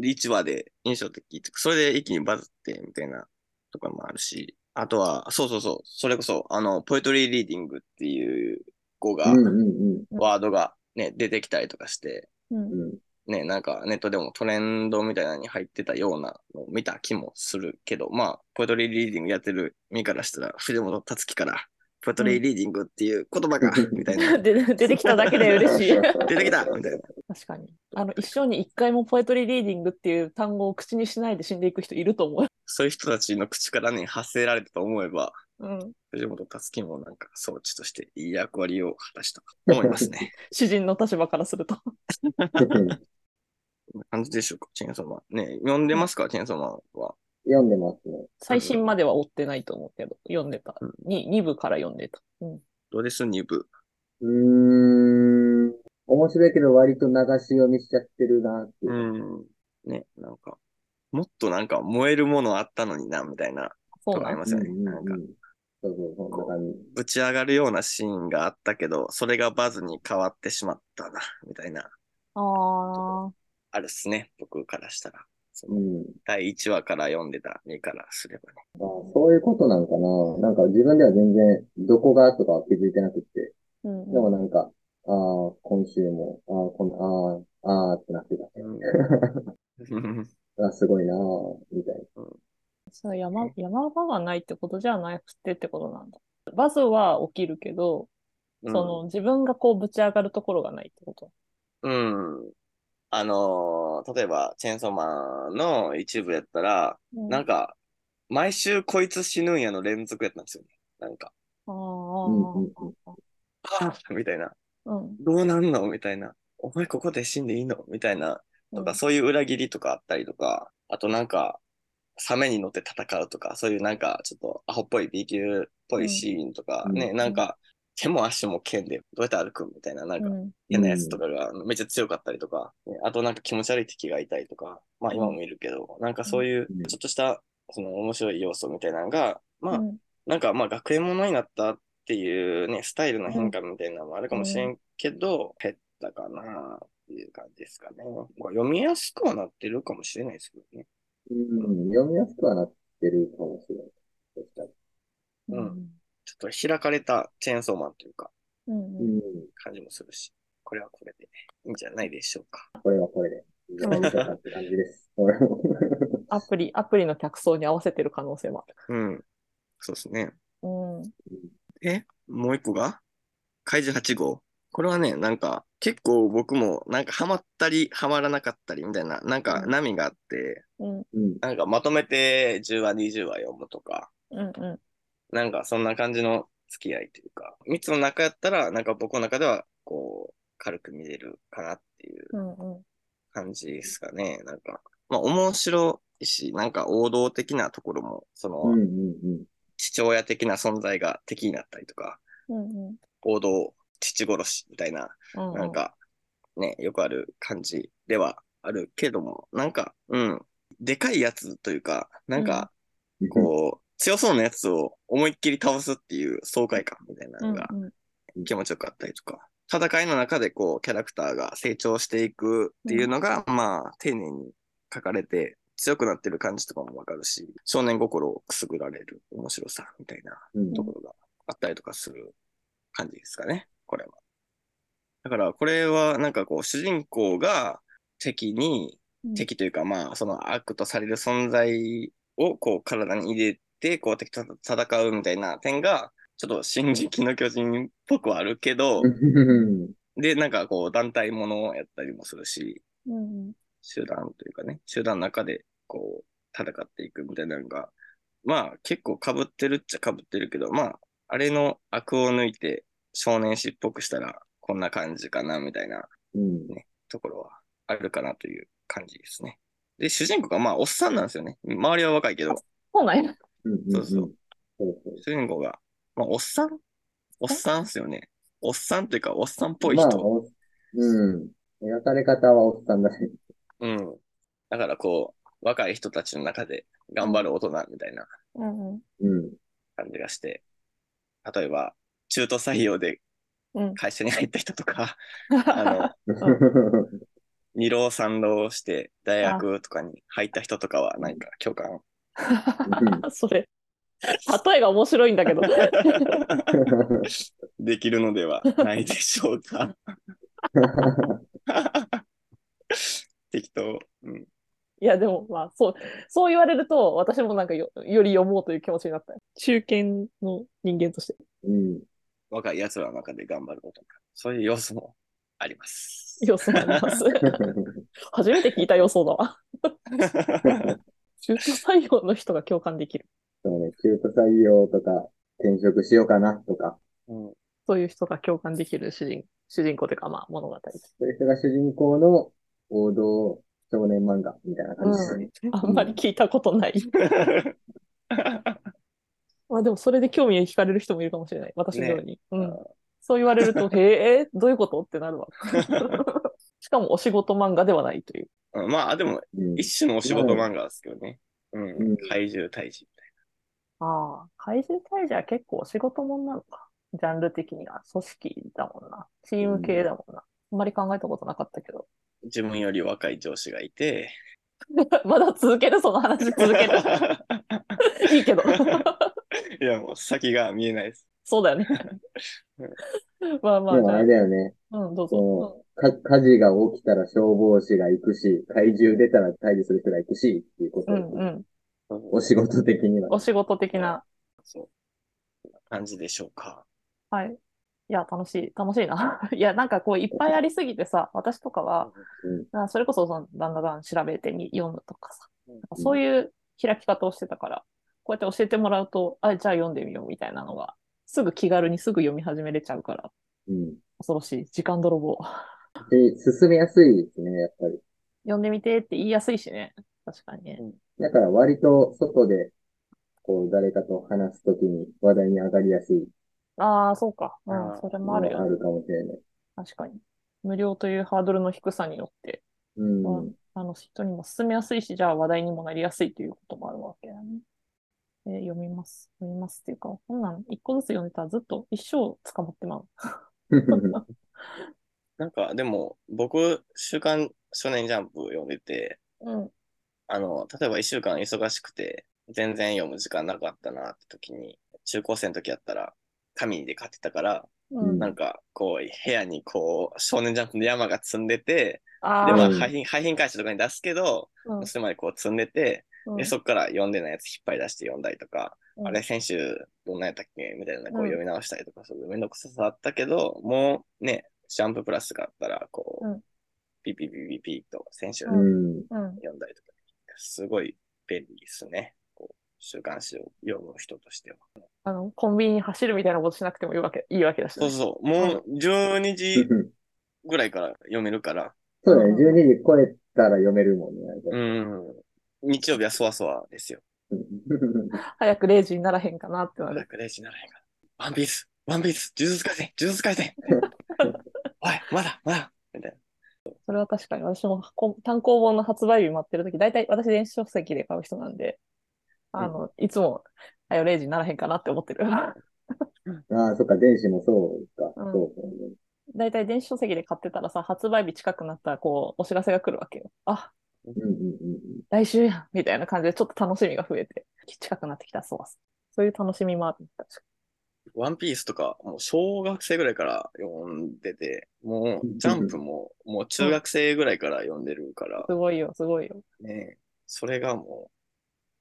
Speaker 2: リーチ話で印象的とか、それで一気にバズってみたいなとかもあるし、あとは、そうそうそう、それこそあの、ポエトリーリーディングっていう語が、
Speaker 3: うんうん
Speaker 2: ワードがね、出てきたりとかして、
Speaker 1: うん
Speaker 3: うん。
Speaker 2: ね、なんかネットでもトレンドみたいなのに入ってたようなのを見た気もするけど、まあ、ポエトリーリーディングやってる身からしたら、藤本達樹から、ポエトリーリーディングっていう言葉が、
Speaker 3: うん
Speaker 2: みたい
Speaker 1: (laughs)
Speaker 2: な、
Speaker 1: で出てきただけで嬉しい。
Speaker 2: 出てきたみたいな。
Speaker 1: 確かに。あの、一生に一回もポエトリーリーディングっていう単語を口にしないで死んでいく人いると思う。
Speaker 2: そういう人たちの口からね、発せられたと思えば、
Speaker 1: うん。
Speaker 2: 藤本達樹もなんか装置としていい役割を果たしたと思います
Speaker 3: (laughs)
Speaker 2: ね。
Speaker 1: 詩人の立場からすると。
Speaker 2: こんな感じでしょうか、チェーンソーマン。ね、読んでますか、チェーンソーマンは。
Speaker 3: 読んでますね。
Speaker 1: 最新までは追ってないと思うけど、読んでた。に2部から読んでた。うん。
Speaker 2: どうです、2部。
Speaker 3: うーん。面白いけど割と流し読みしちゃってるなっていうう。
Speaker 2: ん。ね、なんか、もっとなんか燃えるものあったのにな、みたいな、
Speaker 1: そう
Speaker 2: とかあ
Speaker 1: なん
Speaker 2: りま
Speaker 1: ですす
Speaker 2: よ
Speaker 1: ね。
Speaker 2: ね。なんか、
Speaker 3: そうそう、そんな感じ。
Speaker 2: ぶち上がるようなシーンがあったけど、それがバズに変わってしまったな、みたいな、
Speaker 1: ああ、
Speaker 2: あるっすね、僕からしたら。そうの
Speaker 3: ん。
Speaker 2: 第1話から読んでた身からすればね。
Speaker 3: あそういうことなんかな。なんか自分では全然どこがとかは気づいてなくって。
Speaker 1: うんうん
Speaker 3: でもなんか、ああ、今週も、ああ、この、ああ、ああってなってた。あすごいなあ、みたい
Speaker 1: そう山、山場がないってことじゃなくてってことなんだ。バズは起きるけど、
Speaker 2: うん
Speaker 1: その自分がこうぶち上がるところがないってこと。
Speaker 2: うん。あのー例えば、チェーンソーマンの一部やったら、なん
Speaker 1: か、
Speaker 2: か、毎週こいつ死ぬんやの連続やったんですよね。なんか、
Speaker 1: ああ、
Speaker 3: んうん
Speaker 2: ああ (laughs) みたいな、
Speaker 1: うんうん
Speaker 2: どうなんのみたいな、お前ここで死んでいいのみたいな、とか、そういう裏切りとかあったりとか、あとなんか、サメに乗って戦うとか、そういうなんか、ちょっとアホっぽい B 級っぽいシーンとか、
Speaker 3: うん
Speaker 2: ね、
Speaker 3: うん
Speaker 2: なんか、手も足も剣でどうやって歩くみたいな、なんか、
Speaker 1: うん
Speaker 2: 嫌なやつとかがめっちゃ強かったりとか、ねあとなんか気持ち悪い敵がいたりとか、まあ今もいるけど、なんかそういう
Speaker 3: うん
Speaker 2: ちょっとしたその面白い要素みたいなのが、まあ
Speaker 1: うん
Speaker 2: なんかまあ学園ものになったっていうね、スタイルの変化みたいなのもあるかもしれんけど、減ったかなっていう感じですかね。まあ読みやすくはなってるかもしれないですけどね。
Speaker 3: な。うん、読みやすくはなってるかもしれない。確か
Speaker 2: う
Speaker 1: うんん
Speaker 2: ちょっと開かれたチェーンソーマンというか、
Speaker 1: うん
Speaker 3: に。うん、
Speaker 2: 感じもするし、これはこれでいいんじゃないでしょうか。
Speaker 3: これはこれで。いいんじゃないかなって感じです。俺も
Speaker 1: アプリ、アプリの客層に合わせてる可能性もある。
Speaker 2: うん。そうですね。
Speaker 1: うん。
Speaker 2: え、もう一個が怪獣8号。これはね、なんか、結構僕も、なんか、ハマったり、ハマらなかったりみたいな、なんか、
Speaker 1: うん
Speaker 2: 波があって、
Speaker 1: うん。
Speaker 3: うん。
Speaker 2: なんか、まとめて10話、20話読むとか、
Speaker 1: うん。う。
Speaker 2: なんか、そんな感じの付き合いというか、3つの中やったら、なんか、僕の中では、こう、軽く見れるかなっていうん
Speaker 1: うん。
Speaker 2: 感じですかね。なんか、まあ、面白いし、なんか、王道的なところも、その、
Speaker 3: うん、うん、
Speaker 2: 父親的な存在が敵になったりとか、
Speaker 1: うん。
Speaker 2: 王道、父殺しみたいな、
Speaker 1: うん。
Speaker 2: なん、か、ね、よくある感じではあるけども、なんか、うん、でかいやつというか、なんか、
Speaker 3: うん。
Speaker 2: こう、強そうなやつを思いっきり倒すっていう爽快感みたいな
Speaker 1: うん
Speaker 2: の
Speaker 1: う
Speaker 2: が
Speaker 1: ん。
Speaker 2: 気持ちよかったりとか、戦いの中でこう、キャラクターが成長していくっていうのが、まあ、丁寧に書かれて、強くなってる感じとかもわかるし、少年心をくすぐられる面白さみたいな
Speaker 3: うん
Speaker 2: ところがあったりとかする感じですかね、これは。だから、これはなんかこう、主人公が敵に、
Speaker 1: うん
Speaker 2: 敵というか、まあ、その悪とされる存在をこう、体に入れて、こう、敵と戦うみたいな点が、ちょっと進撃の巨人っぽくはあるけど、
Speaker 3: うん
Speaker 2: で、なんかこう、団体ものをやったりもするし、
Speaker 1: うん。
Speaker 2: 集団というかね、集団の中でこう、戦っていくみたいなのが、まあ結構被ってるっちゃ被ってるけど、まあ、あれの悪を抜いて少年誌っぽくしたらこんな感じかなみたいな
Speaker 3: うん。
Speaker 2: ところはあるかなという感じですね。で、主人公がまあおっさんなんですよね。周りは若いけど、
Speaker 1: そうなんや。
Speaker 3: うん
Speaker 2: そうそう。
Speaker 3: そうそう。
Speaker 2: 主人公が、まあおっさんおっさんですよね。おっさんというかおっさんっぽい
Speaker 3: まあ、
Speaker 2: 人。
Speaker 3: おうん。描かれ方はおっさんだね。
Speaker 2: うん。だからこう、若い人たちの中で頑張る大人みたいな
Speaker 1: うんうん。
Speaker 3: うん。
Speaker 2: 感じがして、例えば、中途採用で
Speaker 1: うん。
Speaker 2: 会社に入った人とか、
Speaker 3: (laughs)
Speaker 2: あの、二浪三浪して大学とかに入った人とかは、なんか共
Speaker 3: (laughs)
Speaker 2: 感。
Speaker 1: (laughs) それ、例えが面白いんだけ
Speaker 2: (laughs)
Speaker 1: ど。
Speaker 2: できるのではないでしょうか。 (laughs) 適当。うん。
Speaker 1: いや、でも、まあ、そう、そう言われると、私もなんかよ、より読もうという気持ちになった。中堅の人間として。
Speaker 3: うん。
Speaker 2: 若い奴らの中で頑張ることか。そういう要素もあります。
Speaker 1: 予想あり
Speaker 2: (laughs)
Speaker 1: ます。初めて聞いた予想だわ。中途採用の人が共感できる。
Speaker 3: そうね、中途採用とか、転職しようかなとか、
Speaker 2: うん (laughs)
Speaker 1: そういう人が共感できる主人主人公というか、まあ、物語。
Speaker 3: そういう人が主人公の王道少年漫画みたいな感じですね。
Speaker 1: あんまり聞いたことない。 (laughs) まあ、でも、それで興味を惹かれる人もいるかもしれない。私のように。うん。そう言わ (laughs) れると、へえ、どういうことってなるわ。しかも、お仕事漫画ではないという。
Speaker 2: うんまあ、でも、
Speaker 3: うん
Speaker 2: 一種のお仕事漫画ですけどね。う
Speaker 3: うん
Speaker 2: ん。怪獣退治みたい
Speaker 1: ああ、怪獣退治は結構お仕事もんなのか。ジャンル的には。組織だもんな。チーム系だもんな。あんまり考えたことなかったけど。 (laughs)
Speaker 2: な。自分より若い上司がいて、
Speaker 1: まだ続ける、その話続け (laughs) る。いい (laughs) けど。
Speaker 2: (laughs) いや、もう先が見えないです。
Speaker 1: そう (laughs) だよね。まあまあ、
Speaker 3: で
Speaker 1: じ
Speaker 3: も
Speaker 1: ゃ
Speaker 3: あれだよね。
Speaker 1: あ、うん、どう
Speaker 3: そ
Speaker 1: ぞ。
Speaker 3: か、火事が起きたら消防士が行くし、怪獣出たら退治する人が行くし、っていうこ
Speaker 1: う
Speaker 3: と、
Speaker 1: ん、うん。
Speaker 3: お仕事的には。
Speaker 1: お仕事的な。
Speaker 2: そう。こんな感じでしょうか。
Speaker 1: はい。いや、楽しい、楽しいな。 (laughs) いや、なんかこう、いっぱいありすぎてさ、私とかは、あそれこそ、その、だんだんだん調べてみ、読むとかさ、
Speaker 2: うん
Speaker 1: なんかそういう開き方をしてたから、こうやって教えてもらうと、あ、じゃあ読んでみようみたいなのが、すぐ気軽にすぐ読み始めれちゃうから、
Speaker 3: うん。
Speaker 1: 恐ろしい、時間泥棒。
Speaker 3: で、進めやすいですね、やっぱり。
Speaker 1: 読んでみてって言いやすいしね。確かにね。
Speaker 3: だから割と外で、こう、誰かと話すときに話題に上がりやすい
Speaker 1: ああ、そうか。う
Speaker 2: あ
Speaker 1: ん、
Speaker 2: ー
Speaker 1: それ
Speaker 3: の
Speaker 1: も
Speaker 3: は
Speaker 1: あるよ
Speaker 3: あ
Speaker 1: ね。
Speaker 3: るかもしれない。
Speaker 1: 確かに。無料というハードルの低さによって、
Speaker 3: うん。
Speaker 1: うんあの人にも進めやすいし、じゃあ話題にもなりやすいということもあるわけだね。えー読みます。読みますっていうか、こんなん一個ずつ読んでたらずっと一生捕まってまう。
Speaker 2: なんか、でも、僕、週刊少年ジャンプ読んでて、
Speaker 1: うん。
Speaker 2: あの、例えば一週間忙しくて、全然読む時間なかったなって時に、中高生の時やったら、紙で買ってたから、
Speaker 1: うん。
Speaker 2: なんか、こう、部屋にこう、少年ジャンプの山が積んでて、
Speaker 1: あ
Speaker 2: で、
Speaker 1: あ、
Speaker 2: まあ、
Speaker 3: うん
Speaker 2: 廃品、廃品回収とかに出すけど、
Speaker 1: うん
Speaker 2: それまでこう積んでて、
Speaker 1: うん
Speaker 2: で、そっから読んでないやつ引っ張り出して読んだりとか、
Speaker 1: うん
Speaker 2: あれ、先週どんなんやったっけみたいな、こ
Speaker 1: う
Speaker 2: うん読み直したりとかする。めんどくささあったけど、もうね、ジャンププラスがあったら、こ
Speaker 1: うん
Speaker 2: う、ピピピピピと先週
Speaker 1: う
Speaker 3: うん。
Speaker 1: う
Speaker 3: (laughs)
Speaker 1: ん。
Speaker 2: 読んだりとか、すごい便利ですね。こう、週刊誌を読む人としては。
Speaker 1: あの、コンビニに走るみたいなことしなくてもいいわけ、いいわけだし
Speaker 2: そ
Speaker 1: ね
Speaker 2: うそう、もう12時ぐらいから読めるから、
Speaker 3: そうだね、12時超えたら読めるもんね。なんか
Speaker 2: うん、日曜日はそわそわですよ。
Speaker 1: 早く0時にならへんかなってな
Speaker 2: 早
Speaker 1: る。
Speaker 2: く0時にならへんかな。ワンピース、ワンピース、呪術廻戦、呪術廻 (laughs) 戦。おい、まだ、まだ、みたいな。
Speaker 1: それは確かに、私もこ単行本の発売日待ってるとき、大体私電子書籍で買う人なんで、あの、いつも、はよ0時にならへんかなって思ってる。
Speaker 3: (laughs) ああ、そっか、電子もそうか。
Speaker 1: うん
Speaker 3: そうそうね
Speaker 1: 大体電子書籍で買ってたらさ、発売日近くなったら、こう、お知らせが来るわけよ。あ、
Speaker 3: うんうんうん
Speaker 1: 来週やんみたいな感じで、ちょっと楽しみが増えて、近くなってきたそうです。そういう楽しみもある。確か
Speaker 2: ワンピースとか、もう小学生ぐらいから読んでて、もうジャンプも、もう中学生ぐらいから読んでるから
Speaker 1: す、ごいよ、すごいよ。
Speaker 2: ね、それがもう、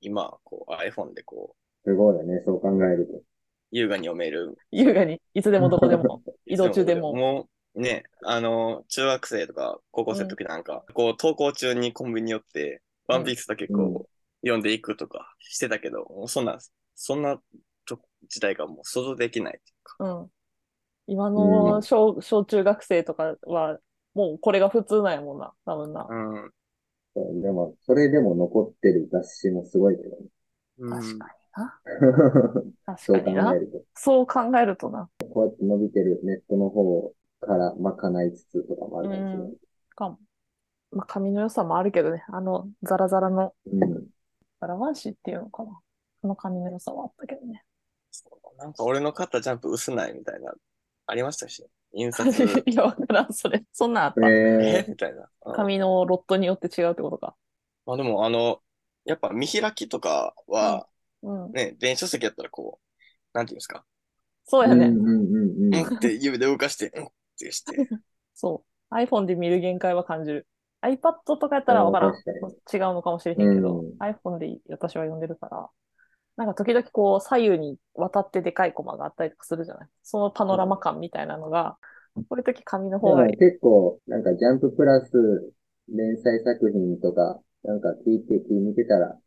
Speaker 2: 今、こう iPhone でこう、
Speaker 3: すごいよね、そう考えると。
Speaker 2: 優雅に読める。
Speaker 1: 優雅に、いつでもどこで (laughs) も。移動中で
Speaker 2: いつ
Speaker 1: も
Speaker 2: もうね、あの、中学生とか高校生の時なんか、こう、登校中にコンビニ寄って、ワンピースだけこう、
Speaker 3: うん
Speaker 2: 読んでいくとかしてたけど、もうそんな、そんなと時代がもう想像できないっていうか。
Speaker 1: うん。今の小、小中学生とかは、もうこれが普通なんやもんな、多分な。
Speaker 2: うん。
Speaker 3: そうでも、それでも残ってる雑誌もすごいけどね。
Speaker 2: うん
Speaker 1: 確かにな。確
Speaker 3: (laughs) そう
Speaker 1: かに
Speaker 3: 考
Speaker 1: な
Speaker 3: え。ると。
Speaker 1: そう考えるとな。
Speaker 3: こうやって伸びてるネットの方から賄いつつとかもあるかもしれない。
Speaker 1: かも。まあ、髪の良さもあるけどね、あの、ザラザラの、
Speaker 3: うん。
Speaker 1: ザラワンシっていうのかな。その髪の良さはあったけどね。
Speaker 2: なんか俺の買ったジャンプ薄ないみたいな、ありましたし、印刷、
Speaker 1: (laughs) いや、わからん、それ。そんなんあっ
Speaker 3: え
Speaker 1: た。
Speaker 2: え
Speaker 3: え
Speaker 2: みたいな。うん
Speaker 1: 髪のロットによって違うってことか。
Speaker 2: まあでも、あの、やっぱ見開きとかは、
Speaker 1: うん。
Speaker 2: ね、電子書籍やったらこう、なんていうんですか、
Speaker 1: そう
Speaker 3: う
Speaker 1: や
Speaker 3: んう
Speaker 1: ね。
Speaker 3: んうん
Speaker 2: う
Speaker 3: うんん。
Speaker 2: って指で動かして、うんってして、
Speaker 1: そう。iPhone で見る限界は感じる。iPad とかやったらわからん。
Speaker 3: うん確か
Speaker 1: 違うのかもしれへんけど、
Speaker 3: うん
Speaker 1: iPhone で私は読んでるから、なんか時々こう左右に渡ってでかいコマがあったりとかするじゃないそのパノラマ感みたいなのが、こういう時紙の
Speaker 3: で
Speaker 1: 方
Speaker 3: も
Speaker 1: がいい。
Speaker 3: 結構、なんかジャンププラス連載作品とか、なんか聞いて、聞いてたら、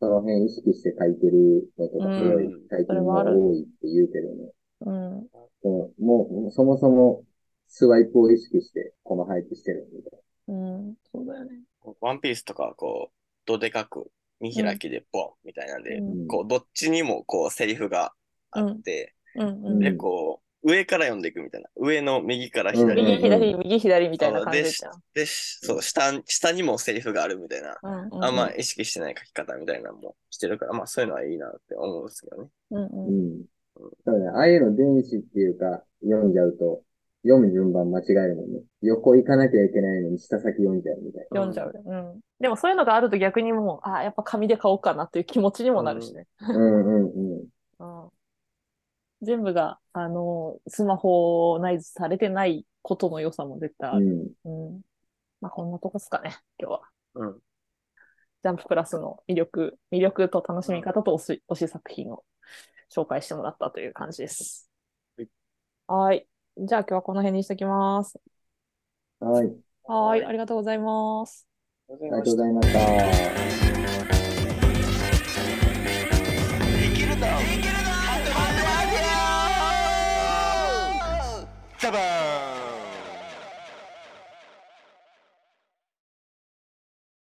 Speaker 3: その辺意識して書いてるのとかすごい
Speaker 2: うん
Speaker 3: 最
Speaker 1: そ
Speaker 3: 近
Speaker 1: れはあ
Speaker 3: は
Speaker 1: る
Speaker 3: 多いって言うけどね。
Speaker 1: うん。
Speaker 3: そのもう、そもそもスワイプを意識して、この配置してるみたい
Speaker 1: うん。そうだよね。
Speaker 2: ワンピースとかはこう、どでかく見開きでボンみたいなんで、
Speaker 1: うん
Speaker 3: な。
Speaker 2: こう、どっちにもこう、セリフがあって、
Speaker 1: うん。う。
Speaker 3: うん
Speaker 2: で、こ上から読んでいくみたいな。上の右から
Speaker 3: うんうん
Speaker 2: 左
Speaker 3: う
Speaker 2: に
Speaker 3: ん
Speaker 2: 行
Speaker 3: う
Speaker 2: っ
Speaker 3: ん
Speaker 1: 右
Speaker 2: て
Speaker 1: 左、右左みたいな
Speaker 2: そう
Speaker 1: 感じじゃん。
Speaker 2: で、しそう、下、下にもセリフがあるみたいな。
Speaker 1: うんうんうん
Speaker 2: あんま意識してない書き方みたいなのもしてるから、まあそういうのはいいなって思うんですけどね。
Speaker 1: うん
Speaker 3: う
Speaker 1: うん
Speaker 3: ん。そうね。ああいうの電子っていうか、読んじゃうと、読む順番間違えるもんね。横行かなきゃいけないのに下先読んじゃうみたい
Speaker 1: 読んじゃうよ。うん。でもそういうのがあると逆にもう、あやっぱ紙で買おうかなっていう気持ちにもなるしね。
Speaker 3: な。うんうんうん。
Speaker 1: うん全部が、あの、スマホを内蔵されてないことの良さも絶対あ
Speaker 3: う
Speaker 1: る。
Speaker 3: ん。
Speaker 1: うん。まあ、こんなとこっすかね、今日は。
Speaker 2: うん。
Speaker 1: ジャンププラスの魅力、魅力と楽しみ方と推し、推し作品を紹介してもらったという感じです。はい。じゃあ今日はこの辺にしておきます。
Speaker 3: はい。
Speaker 1: はい。
Speaker 2: はい
Speaker 1: ありがとうございます。
Speaker 2: あ
Speaker 3: ありがとうございました。
Speaker 2: いけるだろいけるだろハンドアンドアンドアンドジャバーン